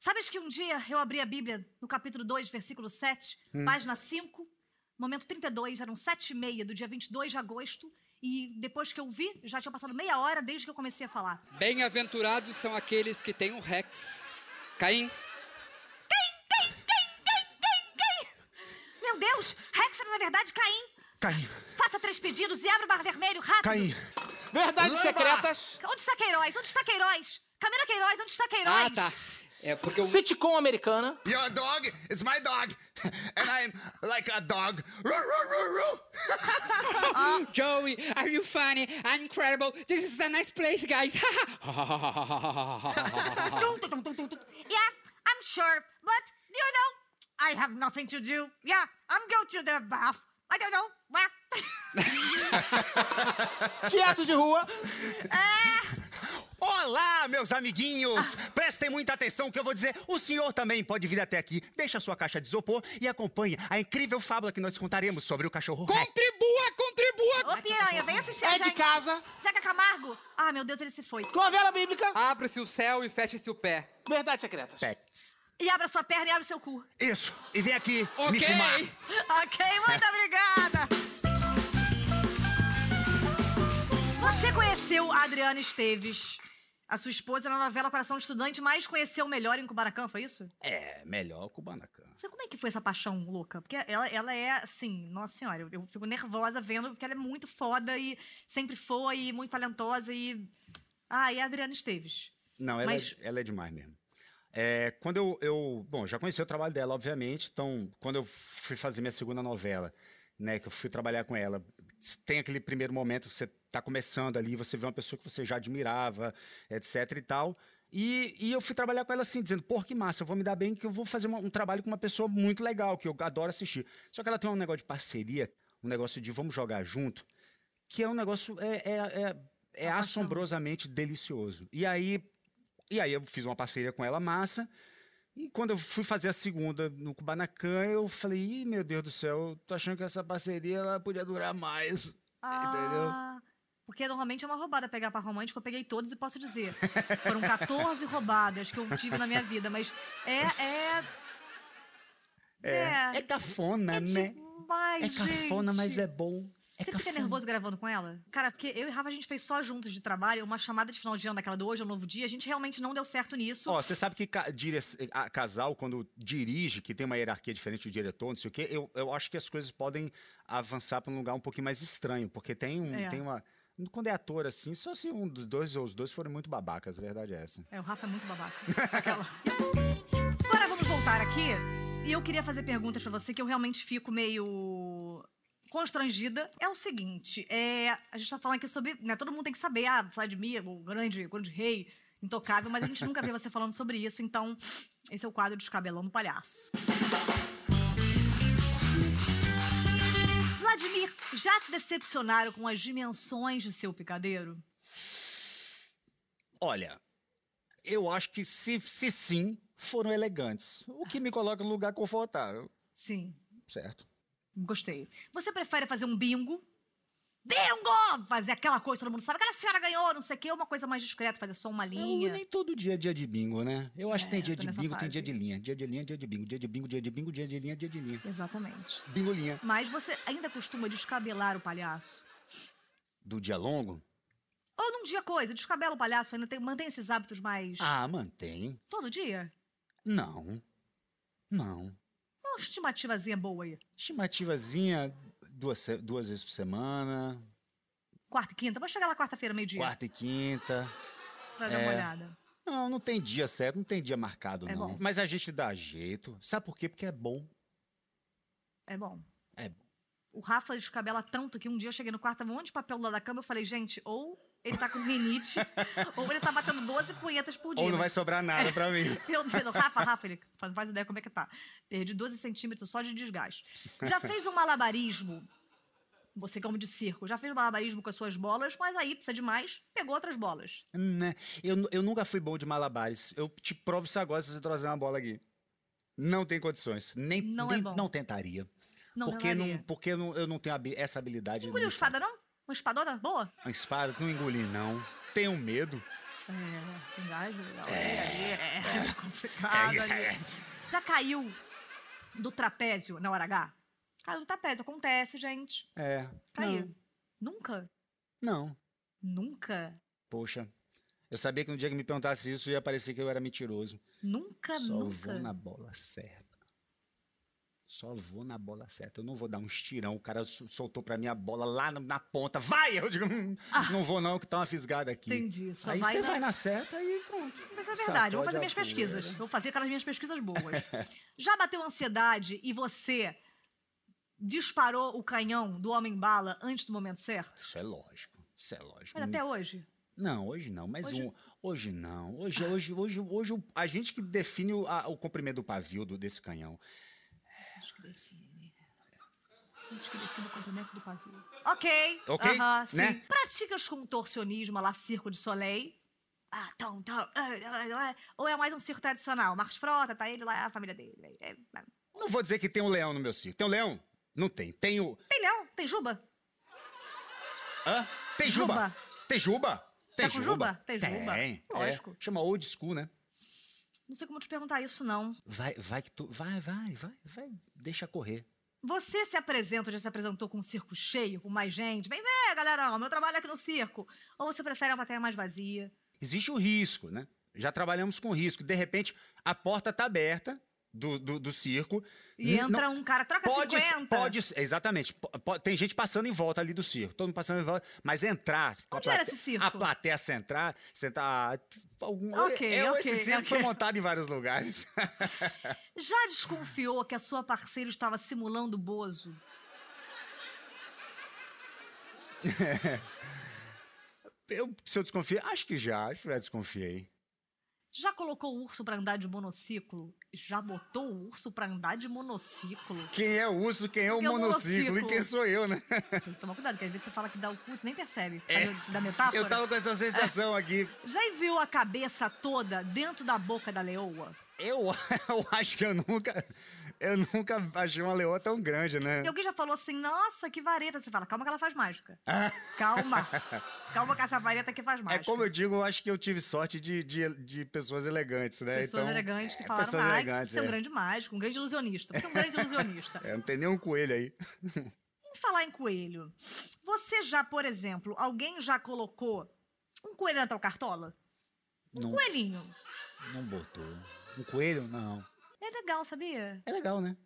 Speaker 1: Sabes que um dia eu abri a Bíblia no capítulo 2, versículo 7,
Speaker 5: Hum.
Speaker 1: página 5, momento 32, eram 7 e meia do dia 22 de agosto. E depois que eu vi, já tinha passado meia hora desde que eu comecei a falar.
Speaker 5: Bem-aventurados são aqueles que têm um Rex. Caim,
Speaker 1: Meu Deus! Rex era, na verdade, Caim.
Speaker 2: Caim,
Speaker 1: Faça três pedidos e abre o bar vermelho rápido.
Speaker 2: Caim.
Speaker 4: Verdades Secretas.
Speaker 1: Onde está Queiroz? Onde está Queiroz? Camila Queiroz, onde está Queiroz?
Speaker 5: Ah, tá. É porque eu.
Speaker 4: Sitcom americana.
Speaker 3: Your dog is my dog. And I'm like a dog. Ru, ru, ru, ru.
Speaker 5: Joey, are you funny? I'm incredible. This is a nice place, guys.
Speaker 2: Oh,
Speaker 1: Tum, tum, tum, tum, tum, tum. Yeah, I'm sure. But, you know, I have nothing to do. Yeah, I'm going to the bath. I don't know. Well,
Speaker 4: Teatro de rua.
Speaker 2: Olá, meus amiguinhos! Prestem muita atenção que eu vou dizer. O senhor também pode vir até aqui. Deixa a sua caixa de isopor e acompanhe a incrível fábula que nós contaremos sobre o cachorro Rex.
Speaker 5: contribua, contribua!
Speaker 1: ô piranha, vem assistir a
Speaker 4: É de
Speaker 1: gente.
Speaker 4: casa.
Speaker 1: Zeca Camargo. Ah, meu Deus, ele se foi.
Speaker 4: Novela Bíblica.
Speaker 5: Abra-se o céu e feche-se o pé.
Speaker 4: Verdades Secretas.
Speaker 2: Rex.
Speaker 1: E abre a sua perna e abre o seu cu.
Speaker 2: Isso, e vem aqui me
Speaker 5: Ok!
Speaker 2: filmar.
Speaker 1: Ok, muito obrigada. Você conheceu a Adriana Esteves, a sua esposa, na novela Coração de Estudante, mas conheceu melhor em Kubanacan, foi isso?
Speaker 2: É, melhor o Kubanacan.
Speaker 1: Você- Como é que foi essa paixão louca? Porque ela, ela é, assim, nossa senhora, eu, eu fico nervosa vendo, porque ela é muito foda e sempre foi, e muito talentosa e... Ah, e a Adriana Esteves.
Speaker 2: Não, ela,
Speaker 1: Mas-
Speaker 2: é, ela é demais mesmo. É, quando eu, eu- Bom, já conheci o trabalho dela, obviamente. Então, quando eu fui fazer minha segunda novela, né, que eu fui trabalhar com ela, tem aquele primeiro momento que você tá começando ali, você vê uma pessoa que você já admirava, etc e tal. E, e eu fui trabalhar com ela assim, dizendo, porra, que massa, eu vou me dar bem que eu vou fazer uma- um trabalho com uma pessoa muito legal, que eu adoro assistir. Só que ela tem um negócio de parceria, um negócio de vamos jogar junto, que é um negócio é, é, é, é assombrosamente delicioso. E aí, e aí eu fiz uma parceria com ela massa. E quando eu fui fazer a segunda no Kubanacan, eu falei, Ih, meu Deus do céu, eu tô achando que essa parceria ela podia durar mais.
Speaker 1: Ah, Porque normalmente é uma roubada pegar par romântico, eu peguei todos e posso dizer. Foram 14 roubadas que eu tive na minha vida, mas é. É.
Speaker 6: É cafona, né?
Speaker 1: demais,
Speaker 6: É cafona, mas
Speaker 1: Ah, gente.
Speaker 6: é bom. É
Speaker 1: Você tá fica
Speaker 6: cafona.
Speaker 1: nervoso gravando com ela? Cara, porque eu e Rafa, a gente fez só juntos de trabalho, uma chamada de final de ano daquela do Hoje é um Novo Dia, a gente realmente não deu certo nisso.
Speaker 2: Ó, você sabe que ca- dire- a- casal, quando dirige, que tem uma hierarquia diferente do diretor, não sei o quê, eu, eu acho que as coisas podem avançar pra um lugar um pouquinho mais estranho, porque tem, um,
Speaker 1: É.
Speaker 2: tem uma. Quando é ator assim, só se um dos dois ou os dois forem muito babacas, a verdade é essa.
Speaker 1: É, o Rafa é muito babaca. Aquela. Agora vamos voltar aqui. E eu queria fazer perguntas pra você que eu realmente fico meio constrangida. É o seguinte, é, a gente tá falando aqui sobre, né, todo mundo tem que saber, ah, Vladimir, o grande, o grande rei, intocável, mas a gente nunca vê você falando sobre isso, então esse é o quadro Descabelando o Palhaço. Vladimir, já se decepcionaram com as dimensões de seu picadeiro?
Speaker 2: Olha, eu acho que se, se sim, foram elegantes. O que me coloca num lugar confortável,
Speaker 1: Sim.
Speaker 2: certo?
Speaker 1: Gostei. Você prefere fazer um bingo? Bingo! Fazer aquela coisa, todo mundo sabe. Aquela senhora ganhou, não sei o quê, uma coisa mais discreta, fazer só uma
Speaker 2: Eu,
Speaker 1: linha.
Speaker 2: nem todo dia é dia de bingo, né? Eu acho
Speaker 1: É,
Speaker 2: que tem
Speaker 1: eu
Speaker 2: dia
Speaker 1: tô
Speaker 2: de
Speaker 1: nessa
Speaker 2: bingo, tem
Speaker 1: fase.
Speaker 2: dia de linha. Dia de linha, dia de bingo. Dia de bingo, dia de bingo, dia de linha, dia de linha.
Speaker 1: Exatamente.
Speaker 2: Bingo linha.
Speaker 1: Mas você ainda costuma descabelar o palhaço?
Speaker 2: Do dia longo?
Speaker 1: Ou num dia coisa, descabela o palhaço, ainda tem- mantém esses hábitos mais.
Speaker 2: Ah, mantém.
Speaker 1: Todo dia?
Speaker 2: Não. Não.
Speaker 1: Uma estimativazinha boa aí.
Speaker 2: Estimativazinha duas, se- duas vezes por semana,
Speaker 1: Quarta e quinta? Vou chegar lá quarta-feira, meio-dia,
Speaker 2: quarta é. e quinta.
Speaker 1: pra dar uma olhada.
Speaker 2: Não, não tem dia certo, não tem dia marcado,
Speaker 1: É
Speaker 2: não.
Speaker 1: bom.
Speaker 2: Mas a gente dá jeito. Sabe por quê? Porque é bom.
Speaker 1: É bom.
Speaker 2: É bom.
Speaker 1: O Rafa descabela tanto que um dia eu cheguei no quarto, tava um monte de papel lá da cama, eu falei, gente, ou ele tá com rinite, ou ele tá batendo 12 punhetas por dia.
Speaker 2: Ou não
Speaker 1: mas-
Speaker 2: vai sobrar nada pra mim.
Speaker 1: Meu Deus, o Rafa, Rafa, ele não faz ideia como é que tá. Perdi 12 centímetros só de desgaste. Já fez um malabarismo? Você como de circo, já fez um malabarismo com as suas bolas, mas aí precisa de mais, pegou outras bolas.
Speaker 2: Né? Eu, nu- eu nunca fui bom de malabares. Eu te provo isso agora se você trazer uma bola aqui. Não tem condições. Nem,
Speaker 1: Não é
Speaker 2: nem-
Speaker 1: bom.
Speaker 2: não tentaria.
Speaker 1: Não
Speaker 2: porque não,
Speaker 1: tentaria.
Speaker 2: porque eu não, eu não tenho habi- essa habilidade.
Speaker 1: Engoliu
Speaker 2: nunca.
Speaker 1: espada, não? Uma espadona boa?
Speaker 2: Uma espada, não engoli, não. Tenho medo.
Speaker 1: É, engasga, legal. É, é, é complicado
Speaker 2: é.
Speaker 1: ali. Já caiu do trapézio na hora H? Caiu do trapézio, acontece, gente.
Speaker 2: É.
Speaker 1: Caiu. Nunca?
Speaker 2: Não.
Speaker 1: Nunca?
Speaker 2: Poxa. Eu sabia que no dia que me perguntasse isso, ia parecer que eu era mentiroso.
Speaker 1: Nunca,
Speaker 2: Só
Speaker 1: nunca.
Speaker 2: vou na bola certa. Só vou na bola certa. Eu não vou dar um estirão. O cara su- soltou pra mim a bola lá na, na ponta. Vai! Eu digo, "Hum, não vou não, que tá uma fisgada aqui.
Speaker 1: Ah. Entendi, só
Speaker 2: Aí
Speaker 1: vai
Speaker 2: você
Speaker 1: na-
Speaker 2: vai na certa e pronto.
Speaker 1: Mas é verdade, eu vou
Speaker 2: Sacode
Speaker 1: fazer
Speaker 2: a
Speaker 1: minhas
Speaker 2: poeira.
Speaker 1: pesquisas. Eu Vou fazer aquelas minhas pesquisas boas. Já bateu ansiedade e você disparou o canhão do homem-bala antes do momento certo?
Speaker 2: Isso é lógico. Isso é lógico.
Speaker 1: Mas até hoje.
Speaker 2: Não, hoje não, mas
Speaker 1: Hoje-
Speaker 2: hoje, hoje não. Hoje, hoje, hoje, hoje o- a gente que define o, a- o comprimento do pavio do- desse canhão.
Speaker 1: Acho que define. né? Acho que define o comprimento do pavio. Ok.
Speaker 2: Ok,
Speaker 1: aham, sim.
Speaker 2: né?
Speaker 1: Praticas contorcionismo lá, circo de soleil. Ah, tão, tão, ah, ah, ah. Ou é mais um circo tradicional? Marcos Frota, tá ele lá, a família dele. É, é.
Speaker 2: Não vou dizer que tem um leão no meu circo. Tem um leão? Não tem. Tem o.
Speaker 1: Tem leão, tem juba.
Speaker 2: Hã? Tem juba?
Speaker 1: Juba.
Speaker 2: Tem juba? Tem
Speaker 1: Tá com juba? Tem juba.
Speaker 2: Tem.
Speaker 1: Lógico.
Speaker 2: É. Chama old school, né?
Speaker 1: Não sei como te perguntar isso, não.
Speaker 2: Vai, vai que tu. Vai, vai, vai, vai. Deixa correr.
Speaker 1: Você se apresenta, ou já se apresentou com um circo cheio, com mais gente? Vem ver, galera, o meu trabalho é aqui no circo. Ou você prefere uma plateia mais vazia?
Speaker 2: Existe o risco, né? Já trabalhamos com risco. De repente, a porta tá aberta do, do, do circo.
Speaker 1: E
Speaker 2: N-
Speaker 1: entra
Speaker 2: não-
Speaker 1: um cara, troca
Speaker 2: Pode,
Speaker 1: 50.
Speaker 2: pode, exatamente. Po- po- tem gente passando em volta ali do circo, todo mundo passando em volta, mas entrar com
Speaker 1: Onde era
Speaker 2: plate-
Speaker 1: esse circo?
Speaker 2: a plateia centrar, sentar ah, algum,
Speaker 1: Ok,
Speaker 2: eu,
Speaker 1: ok,
Speaker 2: esse circo foi
Speaker 1: ok.
Speaker 2: montado em vários lugares.
Speaker 1: Já desconfiou que a sua parceira estava simulando o Bozo?
Speaker 2: Eu, se eu desconfiei, acho que já, acho que já desconfiei.
Speaker 1: Já colocou o urso pra andar de monociclo? Já botou o urso pra andar de monociclo?
Speaker 2: Quem é o urso, quem é o
Speaker 1: Quem é o
Speaker 2: monociclo e
Speaker 1: monociclo?
Speaker 2: quem sou eu, né?
Speaker 1: Tem que tomar cuidado, que às vezes você fala que dá o cu, você nem percebe.
Speaker 3: É.
Speaker 1: Sabe, Da metáfora.
Speaker 2: Eu tava com essa sensação aqui.
Speaker 1: Já enviou a cabeça toda dentro da boca da leoa?
Speaker 2: Eu, eu acho que eu nunca.
Speaker 3: Eu nunca achei uma leoa tão grande, né?
Speaker 1: E alguém já falou assim, nossa, que vareta. Você fala, calma que ela faz mágica. Calma. Calma que essa vareta aqui faz
Speaker 3: Ah. É
Speaker 1: mágica.
Speaker 3: como eu digo, eu acho que eu tive sorte de, de, de pessoas elegantes, né?
Speaker 1: Pessoas
Speaker 3: então,
Speaker 1: elegantes que
Speaker 3: é,
Speaker 1: falaram,
Speaker 3: pessoas
Speaker 1: ai,
Speaker 3: elegantes,
Speaker 1: você é um
Speaker 3: é.
Speaker 1: grande mágico, um grande ilusionista. Você é um grande ilusionista.
Speaker 3: É, não tem nenhum coelho aí.
Speaker 1: Em falar em coelho, você já, por exemplo, alguém já colocou um coelho na tua cartola? Um
Speaker 3: Não.
Speaker 1: coelhinho.
Speaker 3: Não botou. Um coelho? Não.
Speaker 1: É legal, sabia?
Speaker 3: É legal, né?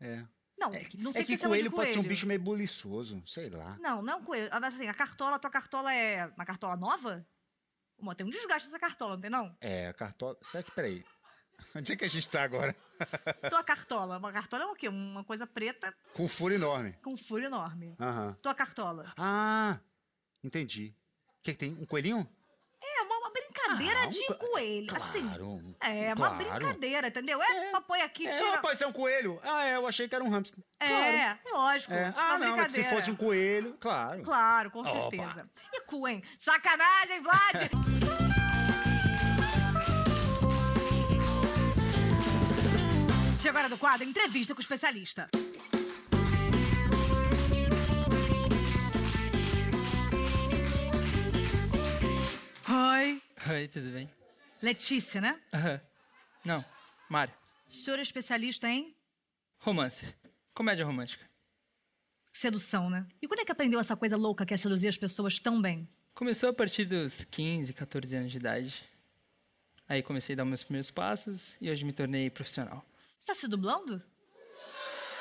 Speaker 3: É.
Speaker 1: Não,
Speaker 3: É que,
Speaker 1: não
Speaker 3: é
Speaker 1: sei o
Speaker 3: que
Speaker 1: que você chama de
Speaker 3: coelho pode ser um bicho meio buliçoso, sei lá.
Speaker 1: Não, não é um coelho. Ah, Mas assim, a cartola, a tua cartola é uma cartola nova? Uma, tem um desgaste dessa cartola, não tem não?
Speaker 3: É, a cartola. Será que, peraí. Onde é que a gente tá agora?
Speaker 1: Tua cartola. Uma cartola é o quê? Uma coisa preta
Speaker 3: Com um furo enorme.
Speaker 1: com um furo enorme.
Speaker 3: Aham.
Speaker 1: Tua cartola.
Speaker 3: Ah, entendi. O que, que tem? Um coelhinho?
Speaker 1: É uma, uma brincadeira
Speaker 3: Ah, um
Speaker 1: de
Speaker 3: co-
Speaker 1: coelho. assim.
Speaker 3: Claro, um-
Speaker 1: É uma
Speaker 3: claro.
Speaker 1: brincadeira, entendeu? É, papai aqui,
Speaker 3: É,
Speaker 1: tira.
Speaker 3: rapaz, é um coelho? Ah, é, eu achei que era um hamster. Claro.
Speaker 1: É, lógico.
Speaker 3: É. Ah,
Speaker 1: uma
Speaker 3: não, é que se
Speaker 1: brincadeira.
Speaker 3: fosse um coelho, claro.
Speaker 1: Claro, com
Speaker 3: Opa.
Speaker 1: certeza. E cu, hein? Sacanagem, Vlad! Chegou a hora do quadro Entrevista com o Especialista. Oi,
Speaker 5: Oi, tudo bem?
Speaker 1: Letícia, né?
Speaker 5: Aham. Não, Mário.
Speaker 1: O senhor é especialista em
Speaker 5: Romance. Comédia romântica.
Speaker 1: sedução, né? E quando é que aprendeu essa coisa louca que é seduzir as pessoas tão bem?
Speaker 5: Começou a partir dos 15, 14 anos de idade. Aí comecei a dar meus primeiros passos e hoje me tornei profissional.
Speaker 1: Você tá se dublando?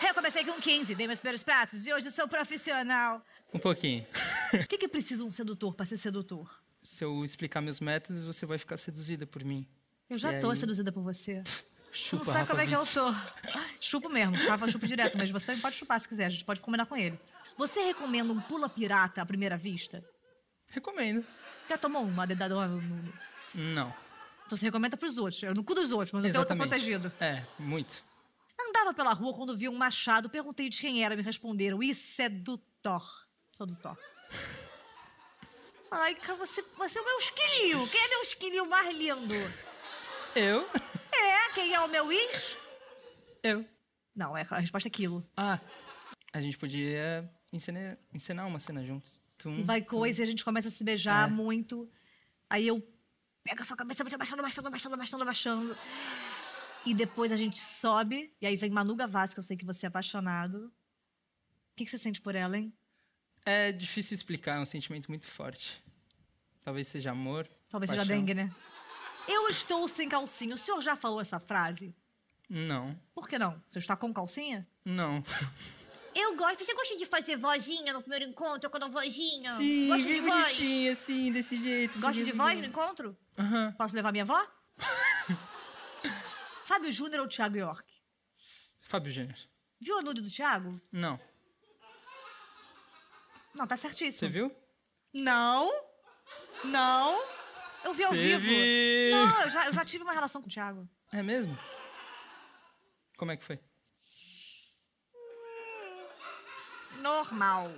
Speaker 1: Eu comecei com 15, dei meus primeiros passos e hoje eu sou profissional.
Speaker 5: Um pouquinho.
Speaker 1: O que, que precisa um sedutor pra ser sedutor?
Speaker 5: Se eu explicar meus métodos, você vai ficar seduzida por mim.
Speaker 1: Eu já
Speaker 5: E
Speaker 1: tô
Speaker 5: aí?
Speaker 1: seduzida por você. Você não
Speaker 5: Chupa,
Speaker 1: sabe como é que eu
Speaker 5: rapaz.
Speaker 1: tô. Chupo mesmo, Rafa chupa direto, mas você pode chupar se quiser, a gente pode combinar com ele. Você recomenda um pula pirata à primeira vista?
Speaker 5: Recomendo.
Speaker 1: Já tomou uma dedadona? no- no-
Speaker 5: Não.
Speaker 1: Então você recomenda pros outros, eu no cu dos outros, mas o teu tá
Speaker 5: Exatamente.
Speaker 1: protegido.
Speaker 5: É, muito.
Speaker 1: Andava pela rua quando vi um machado, perguntei de quem era, me responderam, isso é do Thor. Sou do Thor. Ai, cara, você, você é o meu esquilinho. Quem é meu esquilinho mais lindo?
Speaker 5: Eu?
Speaker 1: É, quem é o meu is?
Speaker 5: Eu.
Speaker 1: Não, é, a resposta é aquilo.
Speaker 5: Ah, a gente podia encenar, encenar uma cena juntos. Tum.
Speaker 1: Vai coisa e a gente começa a se beijar
Speaker 5: É.
Speaker 1: muito. Aí eu pego a sua cabeça, vou te abaixando, abaixando, abaixando, abaixando, abaixando. E depois a gente sobe, e aí vem Manu Gavassi, que eu sei que você é apaixonado. O que, que você sente por ela, hein?
Speaker 5: É difícil explicar, é um sentimento muito forte. Talvez seja amor.
Speaker 1: Talvez seja
Speaker 5: paixão.
Speaker 1: dengue, né? Eu estou sem calcinha. O senhor já falou essa frase?
Speaker 5: Não,
Speaker 1: Por que não? Você está com calcinha?
Speaker 5: não.
Speaker 7: Eu gosto. Você gosta de fazer vozinha no primeiro encontro? Quando a vozinha? gosta de
Speaker 5: bem
Speaker 7: voz?
Speaker 5: bonitinho, assim, desse jeito.
Speaker 1: Gosta de
Speaker 5: bonitinho.
Speaker 1: voz no encontro?
Speaker 5: Aham.
Speaker 1: Posso levar minha avó? Fábio Júnior ou Thiago York?
Speaker 5: Fábio Júnior.
Speaker 1: Viu a nude do Thiago?
Speaker 5: Não.
Speaker 1: Não, tá
Speaker 5: Você
Speaker 1: certíssimo.
Speaker 5: viu?
Speaker 1: Não. Não. Eu vi ao
Speaker 5: Você
Speaker 1: vivo.
Speaker 5: viu?
Speaker 1: Não, eu já, eu já tive uma relação com o Thiago.
Speaker 5: É mesmo? Como é que foi?
Speaker 1: Normal.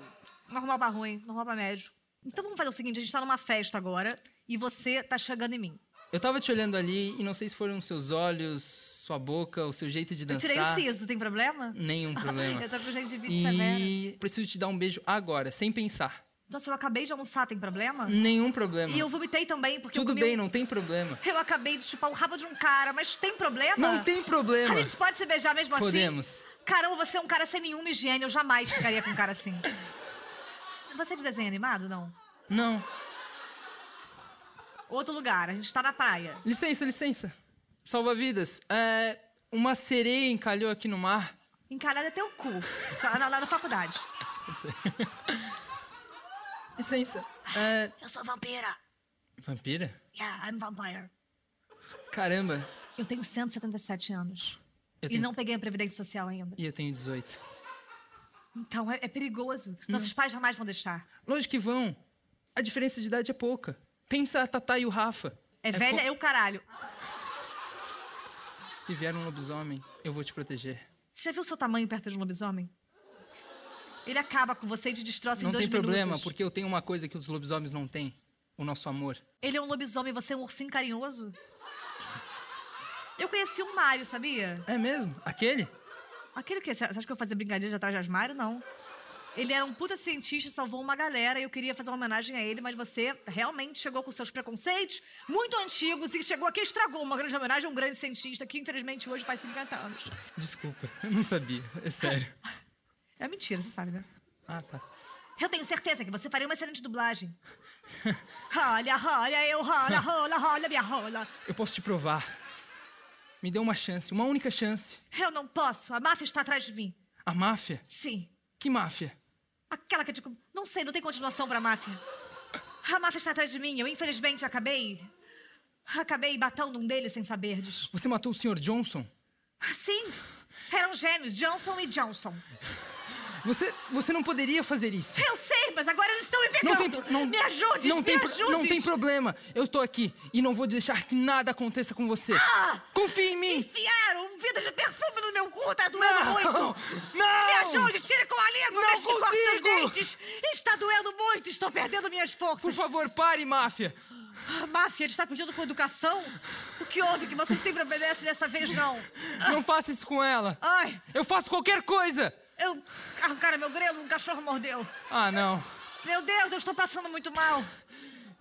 Speaker 1: Normal pra ruim, normal pra médio. Então vamos fazer o seguinte, a gente tá numa festa agora e você tá chegando em mim.
Speaker 5: Eu tava te olhando ali e não sei se foram seus olhos, sua boca, o seu jeito de
Speaker 1: Eu
Speaker 5: dançar.
Speaker 1: tirei o siso, tem problema?
Speaker 5: Nenhum problema.
Speaker 1: Eu tô com gengibre severa.
Speaker 5: E preciso te dar um beijo agora, sem pensar.
Speaker 1: Nossa, eu acabei de almoçar, tem problema?
Speaker 5: Nenhum problema.
Speaker 1: E eu vomitei também, porque eu
Speaker 5: Hum. Tudo
Speaker 1: comi
Speaker 5: bem,
Speaker 1: um-
Speaker 5: não tem problema.
Speaker 1: Eu acabei de chupar o rabo de um cara, mas tem problema?
Speaker 5: Não tem problema.
Speaker 1: A Ah. gente pode se beijar mesmo assim?
Speaker 5: Podemos.
Speaker 1: Caramba, você é um cara sem nenhuma higiene, eu jamais ficaria com um cara assim. Você é de desenho animado, não?
Speaker 5: Não.
Speaker 1: Outro lugar, a gente tá na praia.
Speaker 5: Licença, licença. Salva-vidas. É, uma sereia encalhou aqui no mar.
Speaker 1: Encalhada até o cu. Lá na, lá na faculdade.
Speaker 5: Licença. É,
Speaker 1: Eu sou vampira.
Speaker 5: vampira?
Speaker 1: Yeah, I'm vampire.
Speaker 5: Caramba.
Speaker 1: Eu tenho 177 anos.
Speaker 5: Eu
Speaker 1: E
Speaker 5: tenho-
Speaker 1: não peguei a Previdência Social ainda.
Speaker 5: E eu tenho 18.
Speaker 1: Então é, é perigoso.
Speaker 5: Hum.
Speaker 1: Nossos pais jamais vão deixar.
Speaker 5: Lógico que vão. A diferença de idade é pouca. Pensa a Tatá e o Rafa.
Speaker 1: É, velha,
Speaker 5: co-
Speaker 1: eu caralho.
Speaker 5: Se vier um lobisomem, eu vou te proteger.
Speaker 1: Você já viu o seu tamanho perto de um lobisomem? Ele acaba com você e te destroça em
Speaker 5: não
Speaker 1: dois
Speaker 5: tem problema,
Speaker 1: minutos.
Speaker 5: porque eu tenho uma coisa que os lobisomens não têm. O nosso amor.
Speaker 1: Ele é um lobisomem e você é um ursinho carinhoso? Eu conheci um Mário, sabia?
Speaker 5: É mesmo? Aquele?
Speaker 1: Aquele que. Você acha que eu fazia brincadeira de atrás de armário? Não. Ele era um puta cientista, salvou uma galera e eu queria fazer uma homenagem a ele, mas você realmente chegou com seus preconceitos muito antigos e chegou aqui e estragou uma grande homenagem a um grande cientista que infelizmente hoje faz 50 anos.
Speaker 5: Desculpa, eu não sabia. É sério.
Speaker 1: É mentira, você sabe, né?
Speaker 5: Ah, tá.
Speaker 1: Eu tenho certeza que você faria uma excelente dublagem. Olha, olha, eu rola, rola, rola, minha rola.
Speaker 5: Eu posso te provar. Me dê uma chance, uma única chance.
Speaker 1: Eu não posso, a máfia está atrás de mim.
Speaker 5: A máfia?
Speaker 1: Sim,
Speaker 5: Que máfia?
Speaker 1: Aquela que eu digo, não sei, não tem continuação pra máfia. A máfia está atrás de mim, eu infelizmente acabei. Acabei batendo um deles sem saber disso.
Speaker 5: Você matou o Sr. Johnson?
Speaker 1: Sim, eram gêmeos, Johnson e Johnson.
Speaker 5: Você, você não poderia fazer isso.
Speaker 1: Eu sei, mas agora eles estão me
Speaker 5: Não
Speaker 1: pegando.
Speaker 5: tem, pro- não,
Speaker 1: me ajude,
Speaker 5: não
Speaker 1: me
Speaker 5: tem, pro-
Speaker 1: ajude.
Speaker 5: Não tem problema. Eu tô aqui e não vou deixar que nada aconteça com você.
Speaker 1: Ah!
Speaker 5: Confie em mim.
Speaker 1: Enfiaram um vidro de perfume no meu cu, tá doendo muito.
Speaker 3: Não!
Speaker 1: Me ajude, tire com a língua,
Speaker 3: Não
Speaker 1: deixe que corte seus
Speaker 3: consigo.
Speaker 1: dentes. Está doendo muito, estou perdendo minhas forças.
Speaker 5: Por favor, pare, máfia.
Speaker 1: A máfia está pedindo com educação? O que houve que vocês sempre obedecem dessa vez, não?
Speaker 5: Não faça isso com ela.
Speaker 1: Ai,
Speaker 5: Eu faço qualquer coisa.
Speaker 1: eu arrancaram meu grelo, um cachorro mordeu.
Speaker 5: Ah, não.
Speaker 1: Meu Deus, eu estou passando muito mal.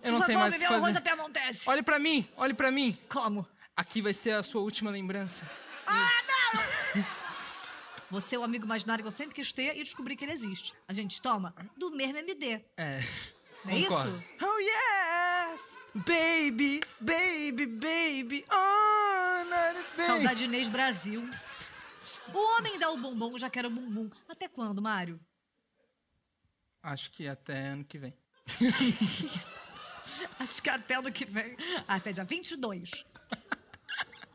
Speaker 5: Eu não
Speaker 1: Por
Speaker 5: sei
Speaker 1: favor, me
Speaker 5: mais o
Speaker 1: vê um
Speaker 5: que
Speaker 1: uma coisa
Speaker 5: fazer.
Speaker 1: Piemontese.
Speaker 5: Olhe pra mim, olhe pra mim.
Speaker 1: Como?
Speaker 5: Aqui vai ser a sua última lembrança.
Speaker 1: Ah, Você é o amigo imaginário que eu sempre quis ter e descobri que ele existe. A gente toma do mesmo MD.
Speaker 5: É.
Speaker 1: É isso?
Speaker 5: concordo. Oh, yes! Baby, baby, baby, oh, not a baby.
Speaker 1: Saudade Inês Brasil. O homem dá o bombom, eu já quero o bumbum. Até quando, Mário?
Speaker 5: Acho que até ano que vem.
Speaker 1: Acho que até ano que vem. Até dia 22.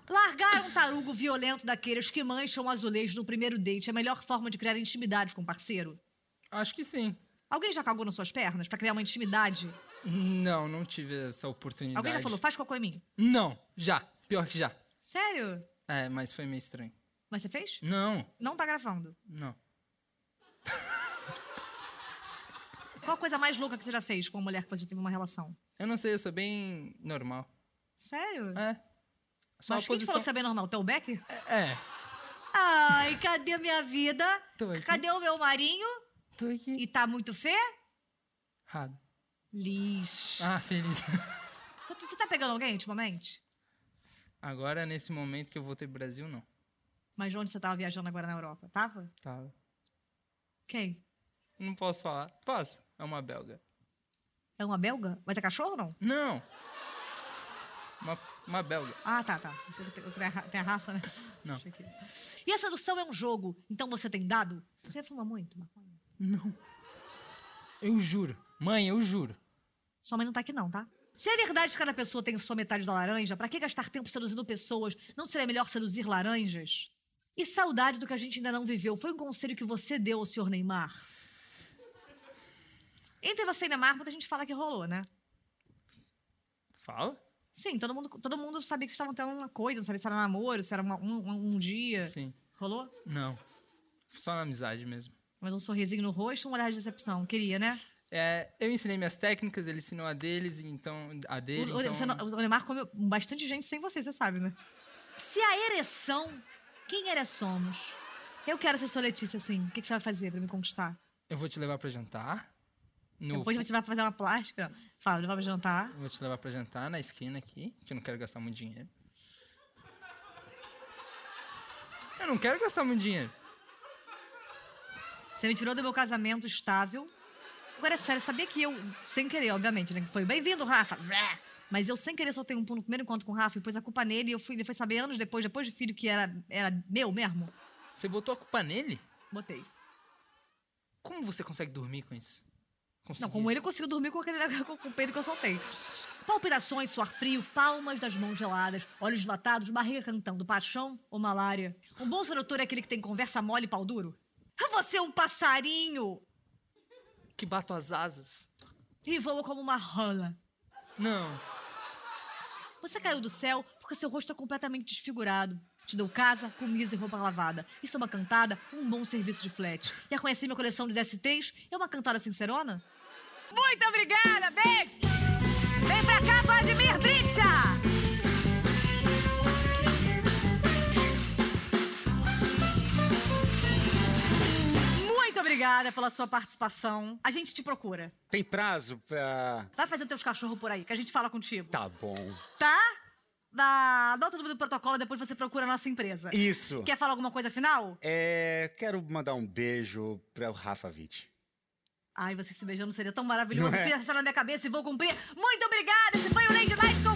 Speaker 1: Largar um tarugo violento daqueles que mancham azulejo no primeiro date é a melhor forma de criar intimidade com o parceiro?
Speaker 5: Acho que sim.
Speaker 1: Alguém já cagou nas suas pernas pra criar uma intimidade?
Speaker 5: Não, não tive essa oportunidade.
Speaker 1: Alguém já falou, faz cocô em mim?
Speaker 5: Não, já. Pior que já.
Speaker 1: Sério?
Speaker 5: É, mas foi meio estranho.
Speaker 1: Mas você fez?
Speaker 5: Não,
Speaker 1: Não tá gravando.
Speaker 5: não.
Speaker 1: Qual a coisa mais louca que você já fez com uma mulher que você teve uma relação?
Speaker 5: Eu não sei, eu sou bem normal.
Speaker 1: Sério?
Speaker 5: É. Só
Speaker 1: Mas
Speaker 5: a
Speaker 1: quem te
Speaker 5: posição...
Speaker 1: falou que você é bem normal? Teu Beck?
Speaker 5: É.
Speaker 1: Ai, cadê minha vida?
Speaker 5: Tô aqui.
Speaker 1: Cadê o meu marinho?
Speaker 5: Tô aqui.
Speaker 1: E tá muito fê?
Speaker 5: Errado.
Speaker 1: Lixo.
Speaker 5: Ah, feliz.
Speaker 1: Você- Você tá pegando alguém ultimamente?
Speaker 5: Agora, nesse momento que eu voltei pro Brasil, não.
Speaker 1: Mas onde você tava viajando agora na Europa? Tava?
Speaker 5: Tava.
Speaker 1: Quem?
Speaker 5: Não posso falar. Posso. É uma belga.
Speaker 1: É uma belga? Mas é cachorro ou não?
Speaker 5: Não. Uma, uma belga.
Speaker 1: Ah, tá, tá. Você tem, tem a ra- tem a raça, né?
Speaker 5: Não.
Speaker 1: Achei que- E a sedução é um jogo, então você tem dado? Você fuma muito, maconha?
Speaker 5: Eu juro. Mãe, eu juro.
Speaker 1: Sua mãe não tá aqui, não, tá? Se é verdade que cada pessoa tem só metade da laranja, pra que gastar tempo seduzindo pessoas? Não seria melhor seduzir laranjas? E saudade do que a gente ainda não viveu. Foi um conselho que você deu ao senhor Neymar? Entre você e Neymar, muita gente fala que rolou, né?
Speaker 5: Fala?
Speaker 1: Sim, todo mundo, todo mundo sabia que vocês estavam tendo uma coisa, não sabia se era namoro, se era uma- um, um, um dia.
Speaker 5: Sim.
Speaker 1: Rolou?
Speaker 5: Não. Só na amizade mesmo.
Speaker 1: Mas um sorrisinho no rosto, um olhar de decepção. Queria, né?
Speaker 5: É, eu ensinei minhas técnicas, ele ensinou a deles, então. A
Speaker 1: O,
Speaker 5: dele.
Speaker 1: o-
Speaker 5: então...
Speaker 1: você não- o Neymar comeu bastante gente sem você, você sabe, né? Se a ereção, quem era somos? Eu quero ser sua Letícia, assim. O que, que você vai fazer pra me conquistar?
Speaker 5: Eu vou te levar pra jantar. No...
Speaker 1: Depois você vai fazer uma plástica? Não. Fala, levar pra jantar.
Speaker 5: Vou te levar pra jantar na esquina aqui, que eu não quero gastar muito dinheiro. Eu não quero gastar muito dinheiro.
Speaker 1: Você me tirou do meu casamento estável. Agora, é sério, sabia que eu, sem querer, obviamente, né? Que foi bem-vindo, Rafa. Blé. Mas eu, sem querer, soltei um pulo no primeiro encontro com o Rafa e pus a culpa nele. E eu fui, ele foi saber anos depois, depois do filho, que era, era meu mesmo.
Speaker 5: Você botou a culpa nele?
Speaker 1: Botei.
Speaker 5: Como você consegue dormir com isso?
Speaker 1: Não,
Speaker 5: Consegui.
Speaker 1: como ele conseguiu dormir com, aquele, com o peido que eu soltei. Palpitações, suar frio, palmas das mãos geladas, olhos dilatados, barriga cantando, paixão ou malária. Um bom sedutor é aquele que tem conversa mole e pau duro. Ah, Você é um passarinho
Speaker 5: Que bato as asas.
Speaker 1: e voa como uma rola.
Speaker 5: Não.
Speaker 1: Você caiu do céu porque seu rosto é completamente desfigurado. Te deu casa, camisa e roupa lavada. Isso é uma cantada, um bom serviço de flat. Já conheci minha coleção de DSTs? É uma cantada sincerona? Muito obrigada, beijo! Vem pra cá, Vladimir Britcha! obrigada pela sua participação. A gente te procura.
Speaker 2: Tem prazo pra.
Speaker 1: Vai fazendo teus cachorros por aí, que a gente fala contigo.
Speaker 2: Tá bom.
Speaker 1: Tá? Dá, anota o número do protocolo e depois você procura a nossa empresa.
Speaker 2: Isso.
Speaker 1: Quer falar alguma coisa final?
Speaker 2: É, quero mandar um beijo pra o Rafa Witt.
Speaker 1: Ai, você se beijando seria tão maravilhoso. Fiz essa na minha cabeça e vou cumprir. Muito obrigada! Esse foi o Lady Night com